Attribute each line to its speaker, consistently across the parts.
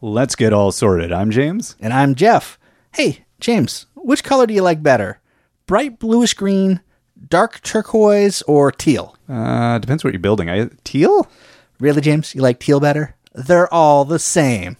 Speaker 1: Let's get all sorted. I'm James.
Speaker 2: And I'm Jeff. Hey, James, which color do you like better? Bright bluish green, dark turquoise, or teal?
Speaker 1: Uh, depends what you're building. I, teal?
Speaker 2: Really, James, you like teal better? They're all the same.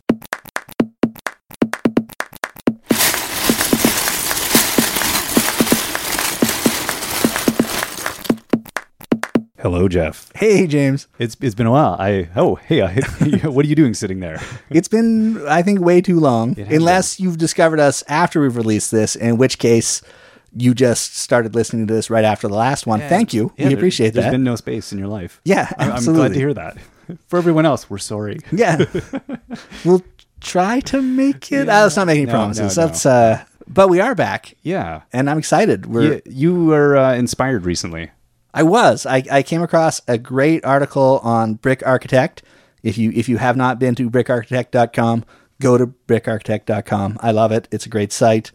Speaker 1: Hello, Jeff.
Speaker 2: Hey, James.
Speaker 1: It's it's been a while. I oh hey, I, what are you doing sitting there?
Speaker 2: It's been, I think, way too long.
Speaker 1: has
Speaker 2: Unless you've discovered us after we've released this, in which case you just started listening to this right after the last one. Thank you.
Speaker 1: Yeah,
Speaker 2: we
Speaker 1: there-
Speaker 2: appreciate that.
Speaker 1: There's been no space in your life.
Speaker 2: Yeah,
Speaker 1: I- I'm glad
Speaker 2: absolutely.
Speaker 1: to hear that. For everyone else, we're sorry.
Speaker 2: Yeah. we'll try to make it. Uh, let's not make any
Speaker 1: No,
Speaker 2: promises.
Speaker 1: no, no.
Speaker 2: That's uh but we are back
Speaker 1: Yeah.
Speaker 2: and I'm excited. We're
Speaker 1: You, you were uh, inspired recently.
Speaker 2: I was. I, I came across a great article on Brick Architect. If you if you have not been to brickarchitect.com, go to brickarchitect.com. I love it. It's a great site.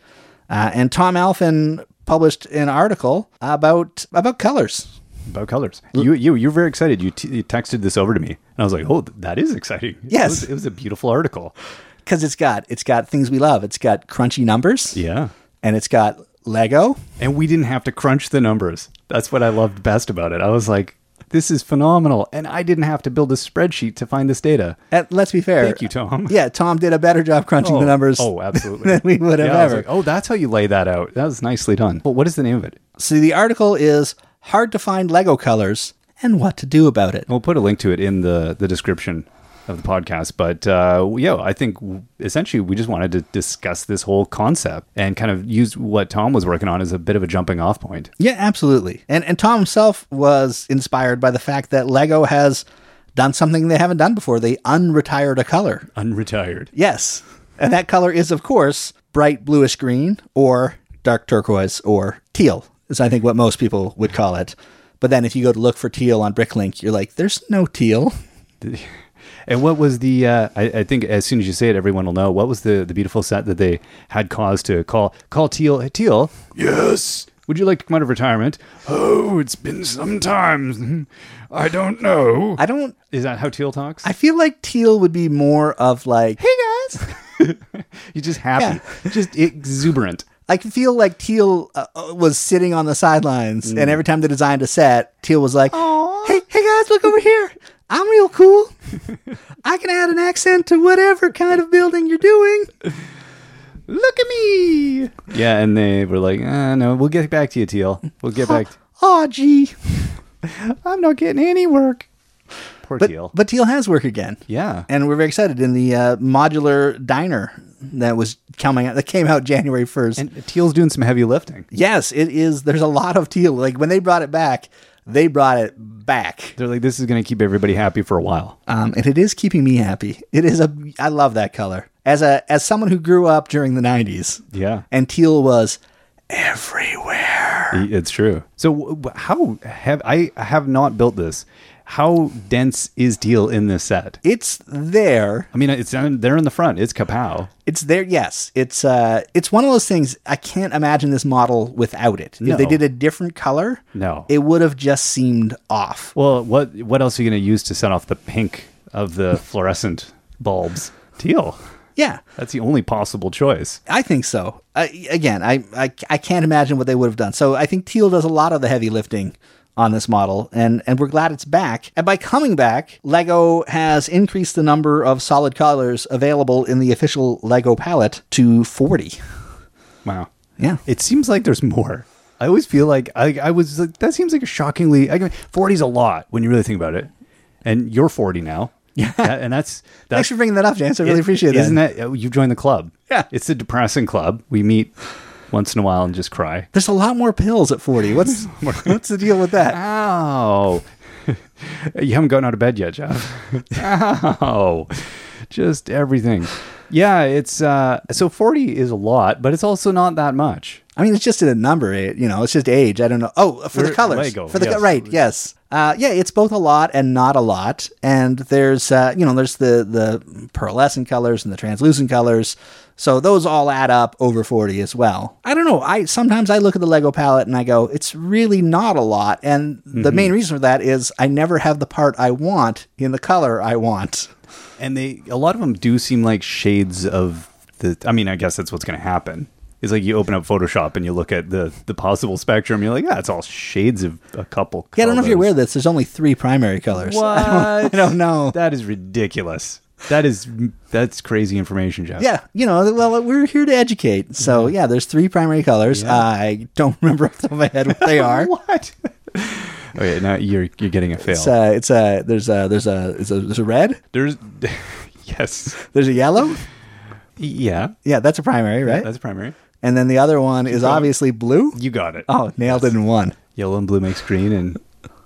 Speaker 2: Uh, and Tom Alphen published an article about about colors.
Speaker 1: About colors. You you you're very excited. You, t- you texted this over to me, and I was like, "Oh, th- that is exciting." it
Speaker 2: Yes.
Speaker 1: was, it was a beautiful article.
Speaker 2: Because it's got it's got things we love. It's got crunchy numbers
Speaker 1: Yeah,
Speaker 2: and it's got Lego.
Speaker 1: and we didn't have to crunch the numbers. That's what I loved best about it. I was like, "This is phenomenal," and I didn't have to build a spreadsheet to find this data.
Speaker 2: And let's be fair.
Speaker 1: Thank you, Tom.
Speaker 2: Yeah, Tom did a better job crunching the numbers.
Speaker 1: Oh, absolutely.
Speaker 2: than we would have
Speaker 1: Yeah, I was
Speaker 2: ever.
Speaker 1: like, oh, that's how you lay that out. That was nicely done. Well, what is the name of it?
Speaker 2: So the article is hard to find Lego colors and what to do about it.
Speaker 1: We'll put a link to it in the the description of the podcast. But uh, yeah, I think essentially we just wanted to discuss this whole concept and kind of use what Tom was working on as a bit of a jumping off point.
Speaker 2: Yeah, absolutely. And and Tom himself was inspired by the fact that Lego has done something they haven't done before. They unretired a color.
Speaker 1: Unretired.
Speaker 2: Yes. And that color is of course bright bluish green or dark turquoise or teal. Is I think what most people would call it. But then if you go to look for teal on Bricklink, you're like there's no teal.
Speaker 1: And what was the? Uh, I, I think as soon as you say it, everyone will know. What was the the beautiful set that they had cause to call call Teal? Hey, Teal, yes. Would you like to come out of retirement? Oh, it's been some time. I don't know.
Speaker 2: I don't
Speaker 1: Is that how Teal talks?
Speaker 2: I feel like teal would be more of like
Speaker 1: hey guys, you're just happy, just exuberant.
Speaker 2: I can feel like Teal uh, uh, was sitting on the sidelines,
Speaker 1: Mm.
Speaker 2: and every time they designed a set, Teal was like, "Hey, hey guys, look over here! I'm real cool. I can add an accent to whatever kind of building you're doing."
Speaker 1: Look at me. Yeah, and they were like, uh, "No, we'll get back to you, Teal. We'll get back. To-
Speaker 2: Oh, Aw, gee,
Speaker 1: I'm not getting any work." Poor
Speaker 2: but
Speaker 1: Teal.
Speaker 2: but Teal has work again,
Speaker 1: yeah,
Speaker 2: and we're very excited in the uh, modular diner that was coming out that came out January first.
Speaker 1: and Teal's doing some heavy lifting.
Speaker 2: Yes, it is. There's a lot of Teal. Like when they brought it back, they brought it back.
Speaker 1: They're like, this is going to keep everybody happy for a while.
Speaker 2: um, and it is keeping me happy. It is a I love that color as a as someone who grew up during the '90s.
Speaker 1: Yeah.
Speaker 2: and teal was everywhere.
Speaker 1: It's true. So, w- w- how have I have not built this? How dense is teal in this set?
Speaker 2: It's there.
Speaker 1: I mean, it's down there in the front. It's kapow.
Speaker 2: It's there. Yes, it's uh, it's one of those things. I can't imagine this model without it.
Speaker 1: No.
Speaker 2: If they did a different color,
Speaker 1: No.
Speaker 2: it would have just seemed off.
Speaker 1: Well, what what else are you going to use to set off the pink of the fluorescent bulbs? Teal.
Speaker 2: Yeah,
Speaker 1: That's the only possible choice.
Speaker 2: I think so. I, again, I, I I can't imagine what they would have done. So I think Teal does a lot of the heavy lifting on this model, and and we're glad it's back. And by coming back, Lego has increased the number of solid colors available in the official Lego palette to forty.
Speaker 1: Wow.
Speaker 2: Yeah.
Speaker 1: It seems like there's more. I always feel like I, I was like that seems like a shockingly I mean, 40's a lot when you really think about it. And you're 40 now. Yeah. and that's
Speaker 2: Thanks
Speaker 1: that's
Speaker 2: for bringing that up, James. I really
Speaker 1: It-
Speaker 2: appreciate that.
Speaker 1: Isn't that uh, you've joined the club?
Speaker 2: Yeah.
Speaker 1: it's a depressing club. We meet once in a while and just cry.
Speaker 2: There's a lot more pills at forty. What's what's the deal with that?
Speaker 1: Ow! you haven't gotten out of bed yet, Jeff. Ow! Just everything. Yeah, it's uh, so forty is a lot, but it's also not that much.
Speaker 2: I mean, it's just a number. It, you know, it's just age. I don't know. Oh, for the
Speaker 1: We're-
Speaker 2: colors.
Speaker 1: Lego,
Speaker 2: for the
Speaker 1: yes.
Speaker 2: co- right. Yes. Uh, yeah, it's both a lot and not a lot. And there's, uh, you know, there's the the pearlescent colors and the translucent colors. So those all add up over forty as well. I don't know. I sometimes I look at the Lego palette and I go, it's really not a lot.
Speaker 1: Mm-hmm.
Speaker 2: And the main reason for that is I never have the part I want in the color I want.
Speaker 1: and they a lot of them do seem like shades of the. I mean, I guess that's what's going to happen. It's like you open up Photoshop and you look at the the possible spectrum. You're like, yeah, it's all shades of a couple.
Speaker 2: Yeah, I don't know if you're aware
Speaker 1: colors."
Speaker 2: of this. There's only three primary colors. I don't-
Speaker 1: What?
Speaker 2: I don't know.
Speaker 1: That is ridiculous. That is that's crazy information, Jeff.
Speaker 2: yeah, you know, well, we're here to educate. So
Speaker 1: Mm-hmm.
Speaker 2: yeah, there's three primary colors. I don't remember off the top of my head what they are.
Speaker 1: What? okay, now you're you're getting a fail.
Speaker 2: It's a, it's a, there's a, there's a, there's a, there's a red.
Speaker 1: There's yes,
Speaker 2: There's a yellow.
Speaker 1: yeah,
Speaker 2: Yeah, that's a primary, right?
Speaker 1: that's primary.
Speaker 2: and then the other one is obviously blue.
Speaker 1: You got it.
Speaker 2: Oh, nailed it in one.
Speaker 1: Yellow and blue makes green, and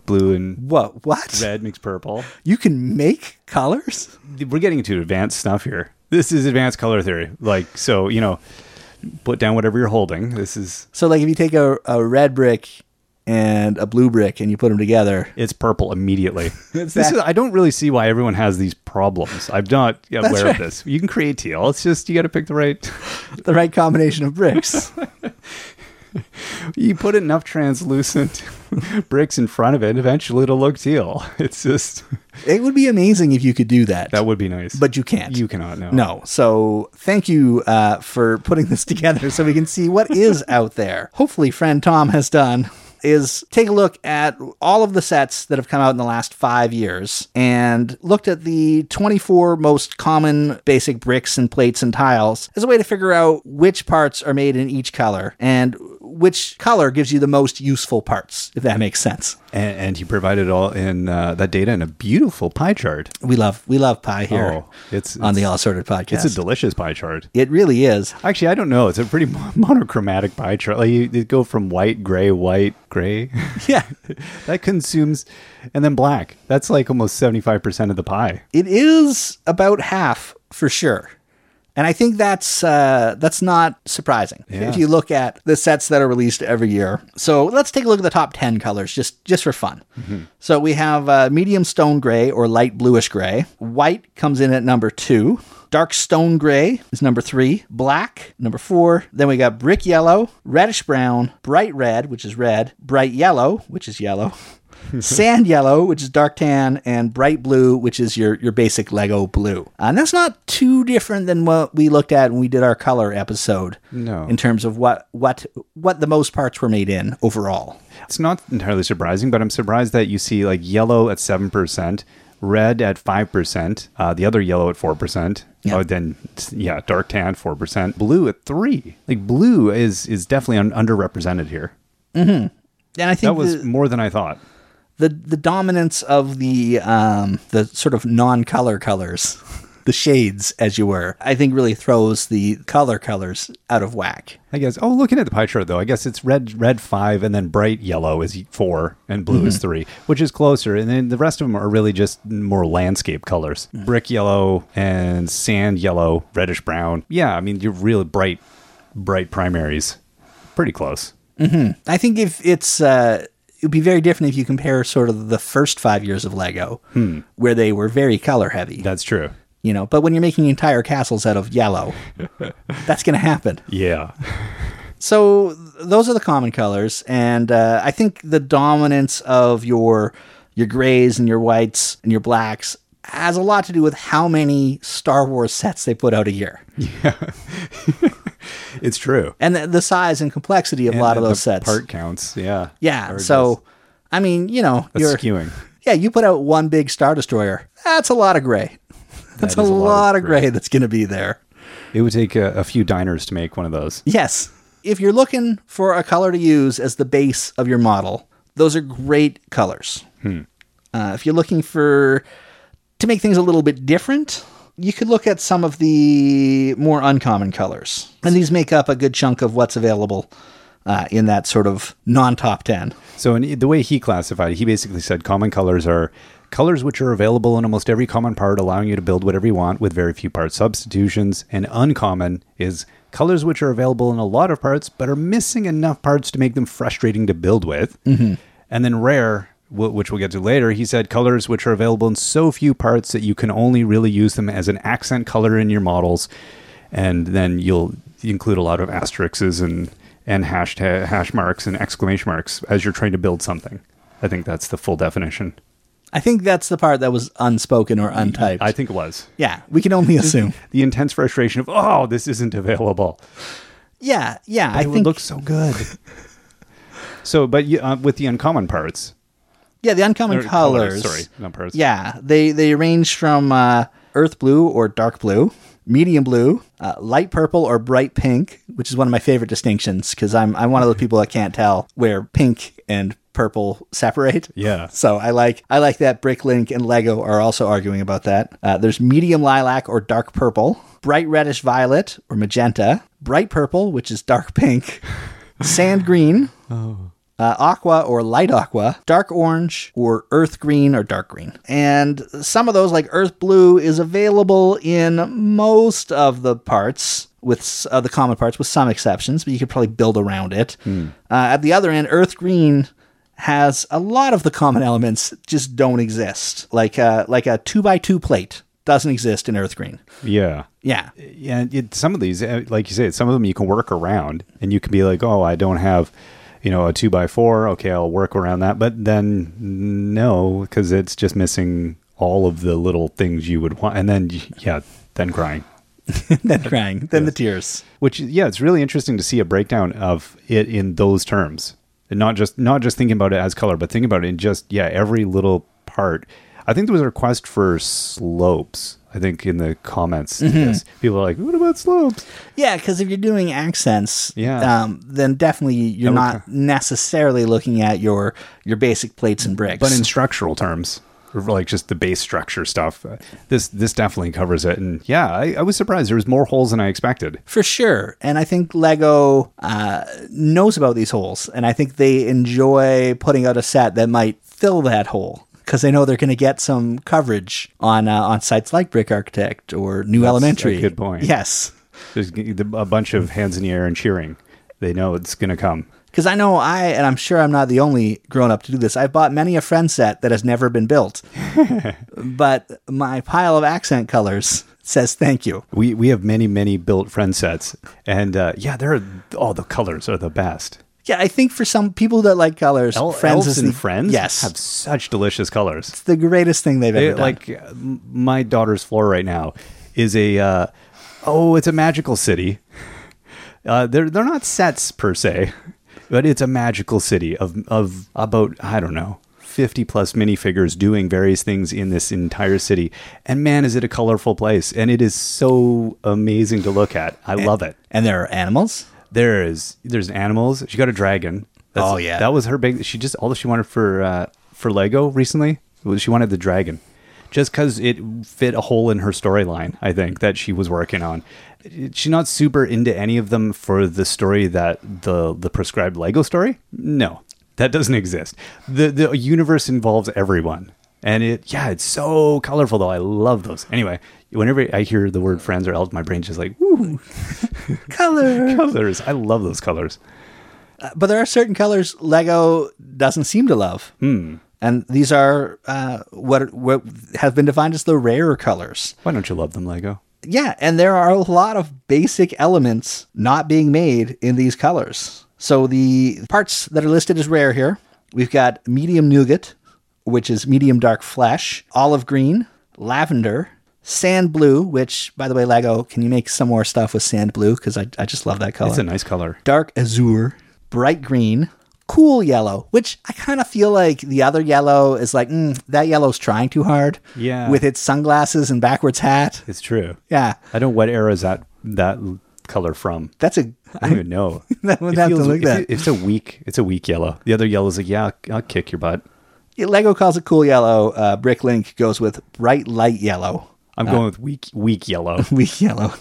Speaker 1: blue and
Speaker 2: What? What?
Speaker 1: red makes purple.
Speaker 2: You can make colors?
Speaker 1: We're getting into advanced stuff here. This is advanced color theory. Like so, you know, put down whatever you're holding. This is
Speaker 2: So, like, if you take a, a red brick and a blue brick and you put them together,
Speaker 1: it's purple immediately. this
Speaker 2: It's that-
Speaker 1: is, I don't really see why everyone has these problems. I'm not aware
Speaker 2: right.
Speaker 1: of this. You can create teal. It's just you got to pick the right.
Speaker 2: the right combination of bricks.
Speaker 1: You put enough translucent bricks in front of it, eventually it'll look teal. It's just
Speaker 2: it would be amazing if you could do that,
Speaker 1: that would be nice.
Speaker 2: but you can't.
Speaker 1: you cannot know.
Speaker 2: no. So, thank you uh, for putting this together so we can see what is out there. Hopefully, friend Tom has done is take a look at all of the sets that have come out in the last 5 years and looked at the 24 most common basic bricks and plates and tiles as a way to figure out which parts are made in each color and which color gives you the most useful parts if that makes sense.
Speaker 1: And, and he provided all in uh, that data in a beautiful pie chart.
Speaker 2: We love we love pie here
Speaker 1: Oh, it's-
Speaker 2: on the
Speaker 1: it's-
Speaker 2: All Sorted
Speaker 1: It's
Speaker 2: podcast.
Speaker 1: a delicious pie chart.
Speaker 2: it really is.
Speaker 1: Actually, I don't know. It's a pretty mo- monochromatic pie chart. Like you, you go from white, gray, white, gray.
Speaker 2: Yeah.
Speaker 1: that consumes, and then black. That's like almost seventy-five percent of the pie.
Speaker 2: It is about half for sure. And I think that's uh, that's not surprising
Speaker 1: Yeah.
Speaker 2: if you look at the sets that are released every year. So let's take a look at the top ten colors just just for fun. So we have uh, medium stone gray or light bluish gray. White comes in at number two. Dark stone gray is number three. Black number four. Then we got brick yellow, reddish brown, bright red, which is red, bright yellow, which is yellow, sand yellow, which is dark tan, and bright blue, which is your your basic Lego blue. Uh, And that's not too different than what we looked at when we did our color episode.
Speaker 1: No.
Speaker 2: In terms of what what what the most parts were made in overall.
Speaker 1: It's not entirely surprising, but I'm surprised that you see like yellow at seven percent, red at five percent, uh, the other yellow at four percent.
Speaker 2: Yeah.
Speaker 1: Oh, then yeah, dark tan four percent, blue at three. Like blue is is definitely un- underrepresented here.
Speaker 2: And I think
Speaker 1: That was
Speaker 2: the-
Speaker 1: more than I thought.
Speaker 2: the the dominance of the um, the sort of non color colors, the shades, as you were, I think really throws the color colors out of whack.
Speaker 1: I guess. Oh, looking at the pie chart though, I guess it's red, red five, and then bright yellow is four, and blue
Speaker 2: Mm-hmm.
Speaker 1: is three, which is closer. And then the rest of them are really just more landscape colors: brick yellow and sand yellow, reddish brown. Yeah, I mean, you're really bright, bright primaries. Pretty close.
Speaker 2: I think if it's uh, it'd be very different if you compare sort of the first five years of Lego,
Speaker 1: Hmm.
Speaker 2: where they were very color heavy,
Speaker 1: That's true.
Speaker 2: you know. But when you're making entire castles out of yellow, that's going to happen.
Speaker 1: Yeah,
Speaker 2: So th- those are the common colors, and uh, I think the dominance of your your grays and your whites and your blacks has a lot to do with how many Star Wars sets they put out a year,
Speaker 1: it's true.
Speaker 2: and the, the size and complexity of a lot of
Speaker 1: And the
Speaker 2: those sets.
Speaker 1: part counts. Yeah,
Speaker 2: yeah,
Speaker 1: Or
Speaker 2: so I mean, you know,
Speaker 1: just-
Speaker 2: you're
Speaker 1: that's skewing.
Speaker 2: yeah, you put out one big Star Destroyer. That's a lot of gray. That's
Speaker 1: That
Speaker 2: a
Speaker 1: is
Speaker 2: lot, of gray, that's going to be there.
Speaker 1: It would take a, a few diners to make one of those.
Speaker 2: Yes. If you're looking for a color to use as the base of your model, those are great colors. Uh, if you're looking for to make things a little bit different, you could look at some of the more uncommon colors, and these make up a good chunk of what's available uh, in that sort of non-top ten.
Speaker 1: So, in the way he classified it, he basically said common colors are colors which are available in almost every common part, allowing you to build whatever you want with very few part substitutions. And uncommon is colors which are available in a lot of parts but are missing enough parts to make them frustrating to build with. And then rare. wh- Which we'll get to later. He said colors which are available in so few parts that you can only really use them as an accent color in your models, and then you'll include a lot of asterisks and and hashtag hash marks and exclamation marks as you're trying to build something. I think that's the full definition.
Speaker 2: I think that's the part that was unspoken or untyped.
Speaker 1: I think it was
Speaker 2: yeah, we can only assume.
Speaker 1: the intense frustration of oh, this isn't available.
Speaker 2: Yeah, yeah. I
Speaker 1: It
Speaker 2: think
Speaker 1: would look so good. so, but you- uh, with the uncommon parts,
Speaker 2: yeah, the uncommon
Speaker 1: or
Speaker 2: colors.
Speaker 1: sorry, not parts.
Speaker 2: Yeah, they they range from uh, earth blue or dark blue, medium blue, uh, light purple or bright pink, which is one of my favorite distinctions because I'm I'm one of those people that can't tell where pink and purple separate.
Speaker 1: Yeah.
Speaker 2: So I like I like that Bricklink and Lego are also arguing about that. Uh, there's medium lilac or dark purple, bright reddish violet or magenta, bright purple, which is dark pink, sand green. Uh, aqua or light aqua, dark orange or earth green or dark green. And some of those, like earth blue, is available in most of the parts, with s- uh, the common parts, with some exceptions, but you could probably build around it. Uh, at the other end, earth green has a lot of the common elements just don't exist. Like a, like a two by two plate doesn't exist in earth green.
Speaker 1: Yeah.
Speaker 2: Yeah.
Speaker 1: Yeah, it, some of these, uh, like you said, some of them you can work around, and you can be like, "Oh, I don't have, you know, a two by four. Okay, I'll work around that." But then, no, because it's just missing all of the little things you would want, and then, yeah, then crying.
Speaker 2: then crying, then the tears.
Speaker 1: Which, yeah, it's really interesting to see a breakdown of it in those terms, and not just not just thinking about it as color, but thinking about it in just yeah, every little part. I think there was a request for slopes. I think in the comments, to this. people are like, "What about slopes?"
Speaker 2: Yeah, because if you're doing accents,
Speaker 1: Yeah.
Speaker 2: um, then definitely you're
Speaker 1: would
Speaker 2: not necessarily looking at your your basic plates and bricks.
Speaker 1: but in structural terms or like just the base structure stuff uh, this this definitely covers it and yeah I, I was surprised there was more holes than i expected
Speaker 2: for sure, and I think Lego uh, knows about these holes, and I think they enjoy putting out a set that might fill that hole because they know they're going to get some coverage on uh, on sites like Brick Architect or New Elementary.
Speaker 1: good point.
Speaker 2: Yes.
Speaker 1: there's g- the- a bunch of hands in the air and cheering they know it's gonna come
Speaker 2: Because I know I, and I'm sure I'm not the only grown up to do this. I've bought many a friend set that has never been built, but my pile of accent colors says thank you.
Speaker 1: we we have many many built friend sets and uh yeah they're all the colors are the best
Speaker 2: Yeah, I think for some people that like colors,
Speaker 1: El-
Speaker 2: friends
Speaker 1: elves
Speaker 2: is
Speaker 1: and
Speaker 2: the,
Speaker 1: friends
Speaker 2: Yes,
Speaker 1: have such delicious colors
Speaker 2: it's the greatest thing they've ever
Speaker 1: It-
Speaker 2: done.
Speaker 1: like uh, m- my daughter's floor right now is a uh, oh it's a magical city uh, they're they're not sets per se but it's a magical city of of about i don't know 50 plus minifigures doing various things in this entire city and man is it a colorful place and it is so amazing to look at i love it
Speaker 2: and there are animals.
Speaker 1: there is there's animals she got a dragon That's-
Speaker 2: Oh, yeah.
Speaker 1: that was her big she just all she wanted for uh for lego recently was she wanted the dragon just because it fit a hole in her storyline i think that she was working on It- she's not super into any of them for the story that the the prescribed lego story no that doesn't exist the the universe involves everyone and it yeah it's so colorful though i love those anyway whenever i hear the word friends or elves my brain's just like woo
Speaker 2: Color,
Speaker 1: colors i love those colors
Speaker 2: Uh, but there are certain colors Lego doesn't seem to love,
Speaker 1: Hmm.
Speaker 2: and these are uh, what what have been defined as the rarer colors.
Speaker 1: Why don't you love them, Lego?
Speaker 2: Yeah, and there are a lot of basic elements not being made in these colors. So the parts that are listed as rare here, we've got medium nougat, which is medium dark flesh, olive green, lavender, sand blue, which, by the way, Lego, can you make some more stuff with sand blue? Because I, I just love that color
Speaker 1: It's a nice color.
Speaker 2: dark azure, bright green, cool yellow, which I kind of feel like the other yellow is like, mm, that yellow's trying too hard.
Speaker 1: Yeah.
Speaker 2: With its sunglasses and backwards hat.
Speaker 1: It's true.
Speaker 2: Yeah.
Speaker 1: I don't know what era is that that l- color from.
Speaker 2: That's a.
Speaker 1: I don't even know.
Speaker 2: That would
Speaker 1: It
Speaker 2: have to look
Speaker 1: it-
Speaker 2: that.
Speaker 1: It's a weak. It's a weak yellow. The other yellow's like, yeah, I'll- I'll kick your butt.
Speaker 2: Lego calls it cool yellow. Uh, Bricklink goes with bright light yellow.
Speaker 1: I'm going with weak, weak yellow.
Speaker 2: weak yellow,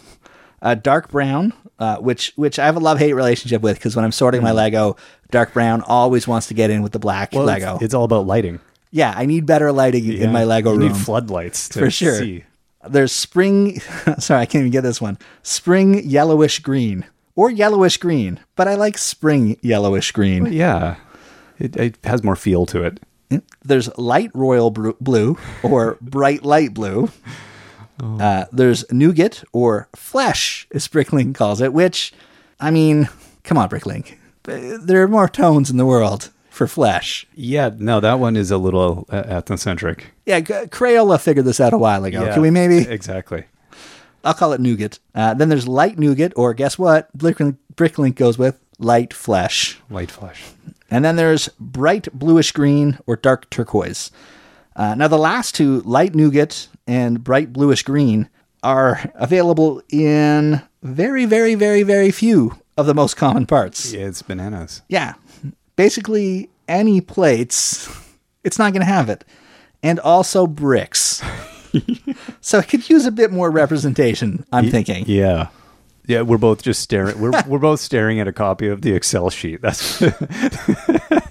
Speaker 2: uh, dark brown, uh, which which I have a love hate relationship with because when I'm sorting my Lego, dark brown always wants to get in with the black
Speaker 1: Mm. Well, it's-
Speaker 2: Lego.
Speaker 1: It's, all about lighting.
Speaker 2: yeah, I need better lighting in my
Speaker 1: Yeah.
Speaker 2: Lego
Speaker 1: you
Speaker 2: room
Speaker 1: need floodlights to
Speaker 2: for sure.
Speaker 1: see.
Speaker 2: There's spring. sorry, I can't even get this one. Spring yellowish green or yellowish green, but I like spring yellowish green.
Speaker 1: Yeah, it, it has more feel to it.
Speaker 2: There's light royal bru- blue or bright light blue. Uh, there's nougat or flesh, as Bricklink calls it, which, I mean, come on, Bricklink. There are more tones in the world. for flesh.
Speaker 1: Yeah, no, that one is a little uh, ethnocentric.
Speaker 2: Yeah, G- Crayola figured this out a while ago.
Speaker 1: Yeah,
Speaker 2: Can we maybe?
Speaker 1: Exactly.
Speaker 2: I'll call it nougat. Uh, then there's light nougat, or guess what? Bricklink, Bricklink goes with light flesh.
Speaker 1: Light flesh.
Speaker 2: And then there's bright bluish green or dark turquoise. Uh, now, the last two, light nougat and bright bluish green, are available in very, very, very, very few of the most common parts.
Speaker 1: Yeah, it's bananas.
Speaker 2: Yeah. Basically, any plates, it's not going to have it. And also bricks. so it could use a bit more representation, I'm thinking.
Speaker 1: Yeah. Yeah, we're both just staring. We're we're both staring at a copy of the Excel sheet. That's
Speaker 2: That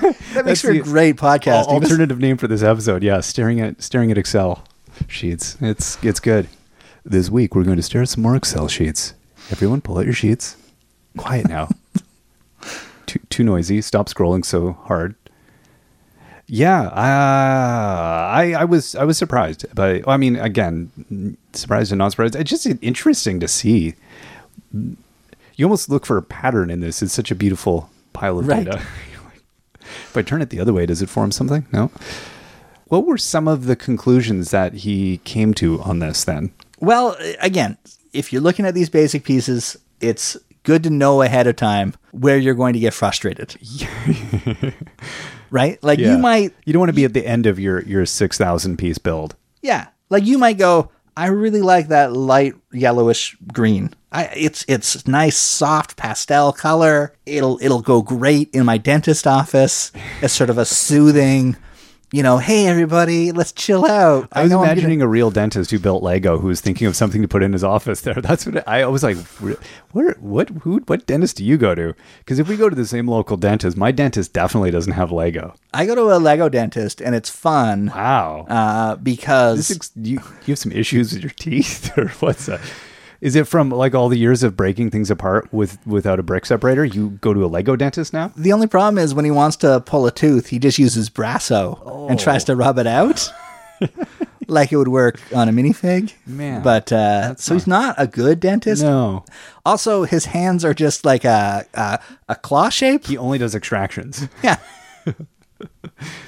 Speaker 2: makes
Speaker 1: that's
Speaker 2: for a
Speaker 1: the-
Speaker 2: great podcast.
Speaker 1: Al- alternative name for this episode. Yeah, staring at staring at Excel sheets. It's it's good. This week we're going to stare at some more Excel sheets. Everyone, pull out your sheets. Quiet now. too too noisy. Stop scrolling so hard. Yeah, uh, I I was I was surprised by. I mean, again, surprised and not surprised. It's just interesting to see. You almost look for a pattern in this. It's such a beautiful pile of
Speaker 2: Right.
Speaker 1: data. You're like, if I turn it the other way, does it form something? No. What were some of the conclusions that he came to on this then?
Speaker 2: Well, again, if you're looking at these basic pieces, it's good to know ahead of time where you're going to get frustrated. right? Like you might
Speaker 1: You don't want to be at the end of your your 6000 piece build.
Speaker 2: yeah, like you might go, I really like that light yellowish green. I it's it's nice soft pastel color. It'll it'll go great in my dentist office. It's sort of a soothing, you know, hey everybody, let's chill out.
Speaker 1: I was
Speaker 2: know I'm gonna-
Speaker 1: imagining a real dentist who built Lego who was thinking of something to put in his office there. That's what I, I was like. "Re- Where, what, who, what dentist do you go to? Because if we go to the same local dentist, my dentist definitely doesn't have Lego.
Speaker 2: I go to a Lego dentist and it's fun
Speaker 1: Wow.
Speaker 2: uh, because
Speaker 1: This ex- you, you have some issues with your teeth or what's that? Is it from like all the years of breaking things apart with without a brick separator? You go to a Lego dentist now?
Speaker 2: The only problem is when he wants to pull a tooth, he just uses Brasso and tries to rub it out. like it would work on a minifig.
Speaker 1: Man,
Speaker 2: But uh, so he's not a good dentist.
Speaker 1: No.
Speaker 2: Also, his hands are just like a, a, a claw shape.
Speaker 1: He only does extractions.
Speaker 2: Yeah.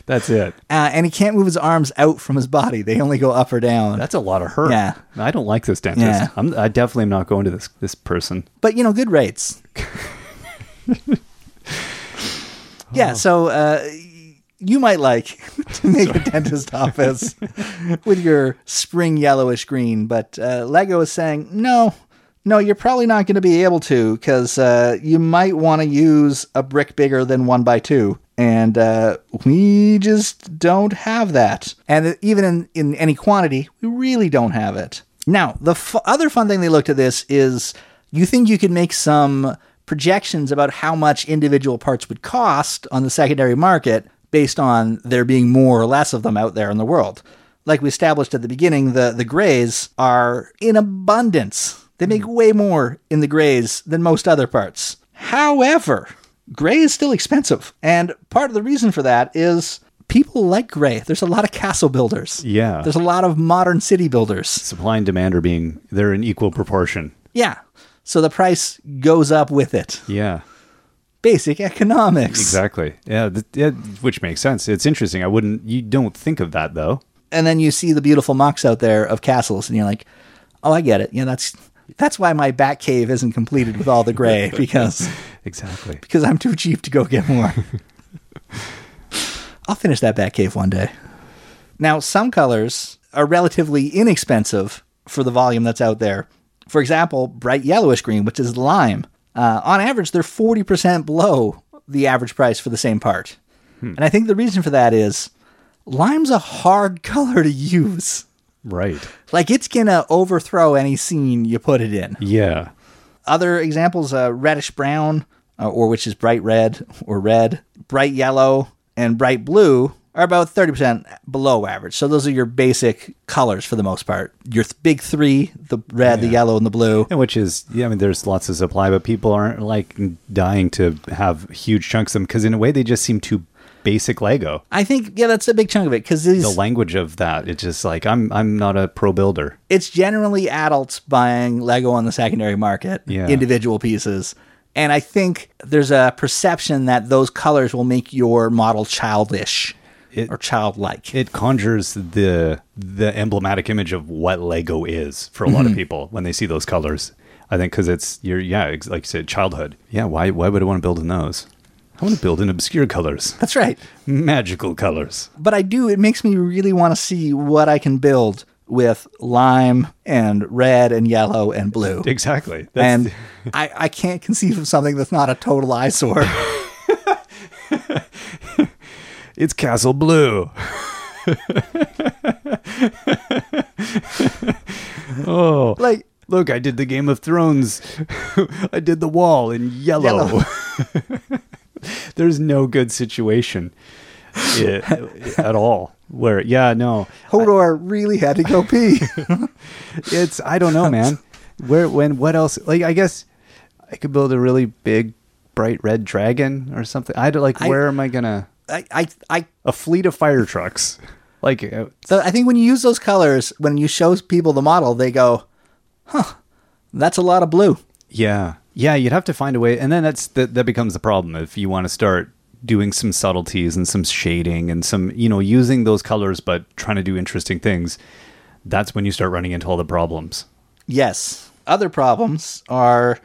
Speaker 1: That's it.
Speaker 2: Uh, and he can't move his arms out from his body, they only go up or down.
Speaker 1: That's a lot of hurt.
Speaker 2: Yeah.
Speaker 1: I don't like this dentist.
Speaker 2: Yeah.
Speaker 1: I'm, I definitely am not going to this this person.
Speaker 2: but you know, good rates. yeah, so uh, you might like to make a dentist office with your spring yellowish green, but uh, Lego is saying no. No, you're probably not going to be able to because uh, you might want to use a brick bigger than one by two, and uh, we just don't have that. And even in, in any quantity, we really don't have it. Now, the f- other fun thing they looked at this is you think you could make some projections about how much individual parts would cost on the secondary market based on there being more or less of them out there in the world. Like we established at the beginning, the, the grays are in abundance. They make way more in the grays than most other parts. However, gray is still expensive. And part of the reason for that is people like gray. There's a lot of castle builders.
Speaker 1: Yeah.
Speaker 2: There's a lot of modern city builders.
Speaker 1: Supply and demand are being they're in equal proportion.
Speaker 2: Yeah. So the price goes up with it.
Speaker 1: Yeah.
Speaker 2: Basic economics.
Speaker 1: Exactly. Yeah, th- yeah, which makes sense. It's interesting. I wouldn't you don't think of that though.
Speaker 2: And then you see the beautiful mocks out there of castles and you're like, "Oh, I get it. Yeah, that's that's why my back cave isn't completed with all the gray because
Speaker 1: Exactly.
Speaker 2: because I'm too cheap to go get more." I'll finish that back cave one day. Now, some colors are relatively inexpensive for the volume that's out there. For example, bright yellowish green, which is lime, uh, on average, they're 40% below the average price for the same part. And I think the reason for that is lime's a hard color to use.
Speaker 1: Right.
Speaker 2: Like, it's going to overthrow any scene you put it in
Speaker 1: Yeah.
Speaker 2: other examples uh, reddish brown uh, or which is bright red or red bright yellow and bright blue are about 30% below average so those are your basic colors for the most part your th- big three the red the yellow and the blue
Speaker 1: And which is, yeah, I mean, there's lots of supply, but people aren't like dying to have huge chunks of them because in a way they just seem too basic Lego.
Speaker 2: i think yeah that's a big chunk of it because
Speaker 1: The
Speaker 2: these
Speaker 1: language of that, it's just like I'm I'm not a pro builder.
Speaker 2: it's generally adults buying Lego on the secondary market,
Speaker 1: Yeah.
Speaker 2: individual pieces, And I think there's a perception that those colors will make your model childish
Speaker 1: It-
Speaker 2: or childlike.
Speaker 1: it conjures the the emblematic image of what Lego is for a lot of people when they see those colors. I think because it's your yeah, ex- like you said, childhood. Yeah, why why would I want to build in those? I want to build in obscure colors,
Speaker 2: That's right.
Speaker 1: magical colors.
Speaker 2: But I do, it makes me really want to see what I can build with lime and red and yellow and blue.
Speaker 1: Exactly. That's
Speaker 2: And I, I can't conceive of something that's not a total eyesore.
Speaker 1: it's Castle Blue. oh,
Speaker 2: Like,
Speaker 1: look! I did the Game of Thrones. I did the wall in yellow.
Speaker 2: Yellow.
Speaker 1: There's no good situation i- at all. Where yeah, no,
Speaker 2: Hodor really had to go pee.
Speaker 1: it's I don't know, man. Where when what else? Like I guess I could build a really big bright red dragon or something. I don't like.
Speaker 2: I-
Speaker 1: where am I gonna?
Speaker 2: I, I, I,
Speaker 1: A fleet of fire trucks. Like uh,
Speaker 2: so I think when you use those colors, when you show people the model, they go, huh, that's a lot of blue.
Speaker 1: Yeah. Yeah, you'd have to find a way and then that's that that becomes the problem if you want to start doing some subtleties and some shading and some, you know, using those colors but trying to do interesting things. That's when you start running into all the problems.
Speaker 2: Yes. Other problems are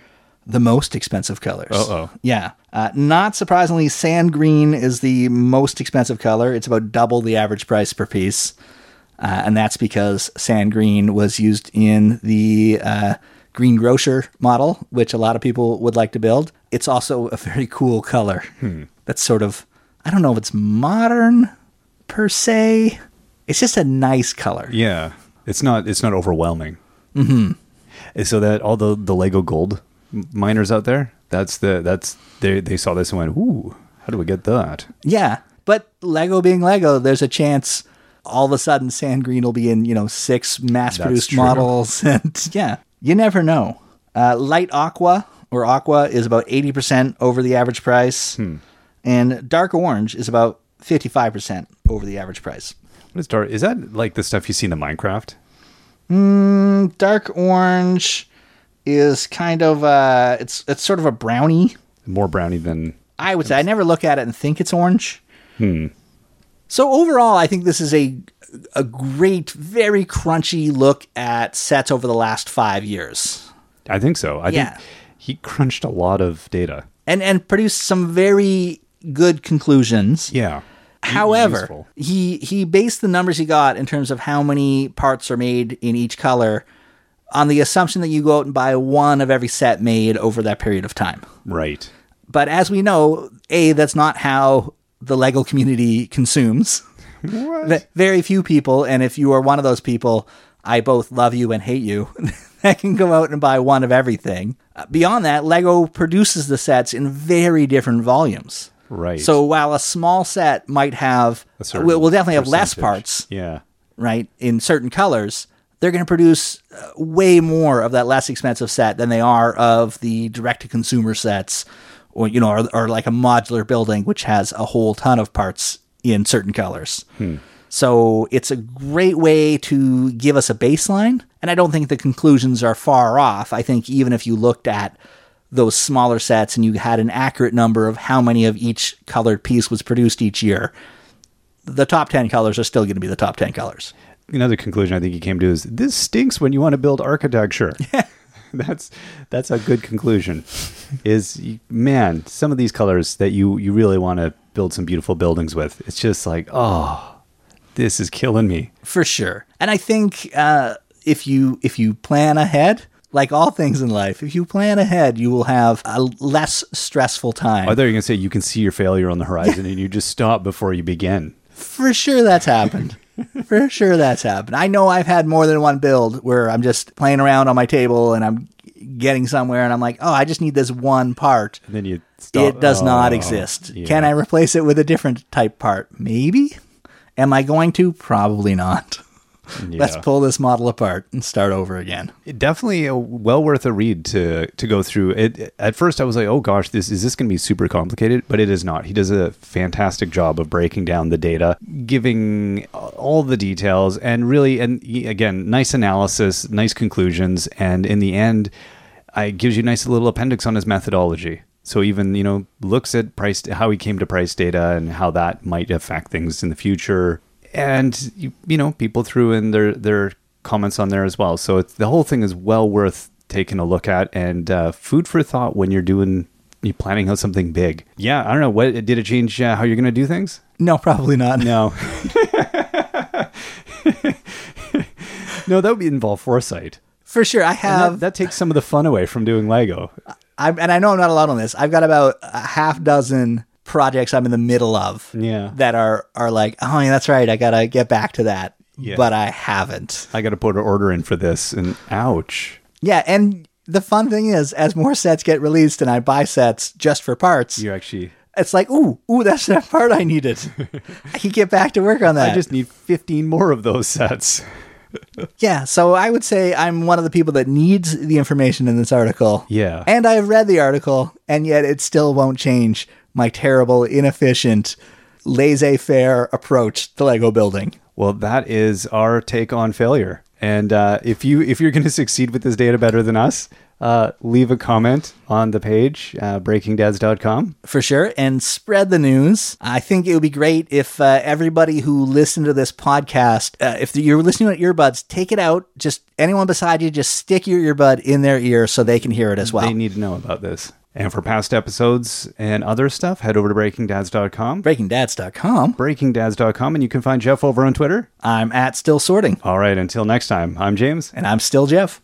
Speaker 2: the most expensive colors.
Speaker 1: Uh-oh.
Speaker 2: Yeah. Uh, not surprisingly, sand green is the most expensive color. It's about double the average price per piece. Uh, and that's because sand green was used in the uh, green grocer model, which a lot of people would like to build. It's also a very cool color. That's sort of, I don't know if it's modern per se. It's just a nice color.
Speaker 1: Yeah. It's not it's not overwhelming. Mhm. So that all the the Lego gold m- miners out there, that's the that's they they saw this and went, "Ooh, how do we get that?"
Speaker 2: Yeah, but Lego being Lego, there's a chance all of a sudden sand green will be in you know six mass-produced
Speaker 1: true.
Speaker 2: models, and yeah, you never know. Uh, light aqua or aqua is about eighty percent over the average price, and dark orange is about fifty-five percent over the average price.
Speaker 1: What is dark? Is that like the stuff you see in the Minecraft?
Speaker 2: Dark orange is kind of uh, it's it's sort of a brownie.
Speaker 1: More brownie than
Speaker 2: I would say I never look at it and think it's orange. Hmm. So overall, I think this is a a great, very crunchy look at sets over the last five years,
Speaker 1: I think so. I
Speaker 2: Yeah.
Speaker 1: think he crunched a lot of data.
Speaker 2: and and produced some very good conclusions.
Speaker 1: Yeah.
Speaker 2: However, he he based the numbers he got in terms of how many parts are made in each color on the assumption that you go out and buy one of every set made over that period of time.
Speaker 1: right.
Speaker 2: But as we know, A, that's not how the Lego community consumes. Ve- Very few people, and if you are one of those people, I both love you and hate you. that can go out and buy one of everything. Uh, Beyond that, Lego produces the sets in very different volumes.
Speaker 1: Right.
Speaker 2: So while a small set might have, uh,
Speaker 1: certain
Speaker 2: will will definitely have less
Speaker 1: percentage.
Speaker 2: parts,
Speaker 1: Yeah.
Speaker 2: right, in certain colors, they're going to produce uh, way more of that less expensive set than they are of the direct to consumer sets or, you know, or, or like a modular building, which has a whole ton of parts in certain colors. So it's a great way to give us a baseline. And I don't think the conclusions are far off. I think even if you looked at those smaller sets and you had an accurate number of how many of each colored piece was produced each year, the top 10 colors are still going to be the top 10 colors.
Speaker 1: Another conclusion I think he came to is this stinks when you want to build architecture. that's that's a good conclusion. Is you- man, some of these colors that you you really want to build some beautiful buildings with. It's just like, oh, this is killing me.
Speaker 2: for sure. And I think uh, if you if you plan ahead, like all things in life, if you plan ahead, you will have a less stressful time.
Speaker 1: I thought you were going to say you can see your failure on the horizon and you just stop before you begin.
Speaker 2: for sure, that's happened. for sure, that's happened. I know I've had more than one build where I'm just playing around on my table and I'm getting somewhere and I'm like, oh, I just need this one part.
Speaker 1: And then you stop.
Speaker 2: It does not
Speaker 1: Oh,
Speaker 2: exist.
Speaker 1: yeah.
Speaker 2: Can I replace it with a different type part? Maybe. Am I going to? Probably not. Let's
Speaker 1: Yeah.
Speaker 2: pull this model apart and start over again.
Speaker 1: definitely uh well worth a read to to go through it at first i was like oh gosh this is this going to be super complicated but it is not he does a fantastic job of breaking down the data giving all the details and really and y- again nice analysis nice conclusions and in the end I gives you a nice little appendix on his methodology. So even you know looks at price how he came to price data and how that might affect things in the future. And you, you know people threw in their their comments on there as well. So it's, the whole thing is well worth taking a look at and uh, food for thought when you're doing you planning out something big. Yeah, I don't know what did it change uh, how you're going to do things.
Speaker 2: No, probably not.
Speaker 1: No. no, that would be involve foresight.
Speaker 2: For sure, I
Speaker 1: And
Speaker 2: have,
Speaker 1: that, that takes some of the fun away from doing Lego.
Speaker 2: I'm, and I know I'm not alone on this. I've got about a half dozen projects I'm in the middle of.
Speaker 1: Yeah.
Speaker 2: that are are like, oh yeah, that's right. I gotta get back to that.
Speaker 1: Yeah.
Speaker 2: But I haven't.
Speaker 1: I got to put an order in for this, and ouch.
Speaker 2: Yeah, and the fun thing is, as more sets get released and I buy sets just for parts,
Speaker 1: You actually.
Speaker 2: it's like, ooh, ooh, that's that part I needed. I can get back to work on that.
Speaker 1: I just need 15 more of those sets.
Speaker 2: yeah, so I would say I'm one of the people that needs the information in this article.
Speaker 1: Yeah.
Speaker 2: And I've read the article, and yet it still won't change my terrible, inefficient, laissez faire approach to Lego building.
Speaker 1: Well, that is our take on failure. And uh, if you if you're going to succeed with this data better than us, uh, leave a comment on the page uh, breakingdads.com.
Speaker 2: for sure and spread the news. I think it would be great if uh, everybody who listened to this podcast, uh, if you're listening on earbuds, take it out. Just anyone beside you, just stick your earbud in their ear so they can hear it as well.
Speaker 1: They need to know about this. And for past episodes and other stuff, head over to breakingdads.com.
Speaker 2: BreakingDads.com.
Speaker 1: Breakingdads.com, and you can find Jeff over on Twitter.
Speaker 2: I'm at Still Sorting,
Speaker 1: All right, until next time, I'm James.
Speaker 2: and I'm still Jeff.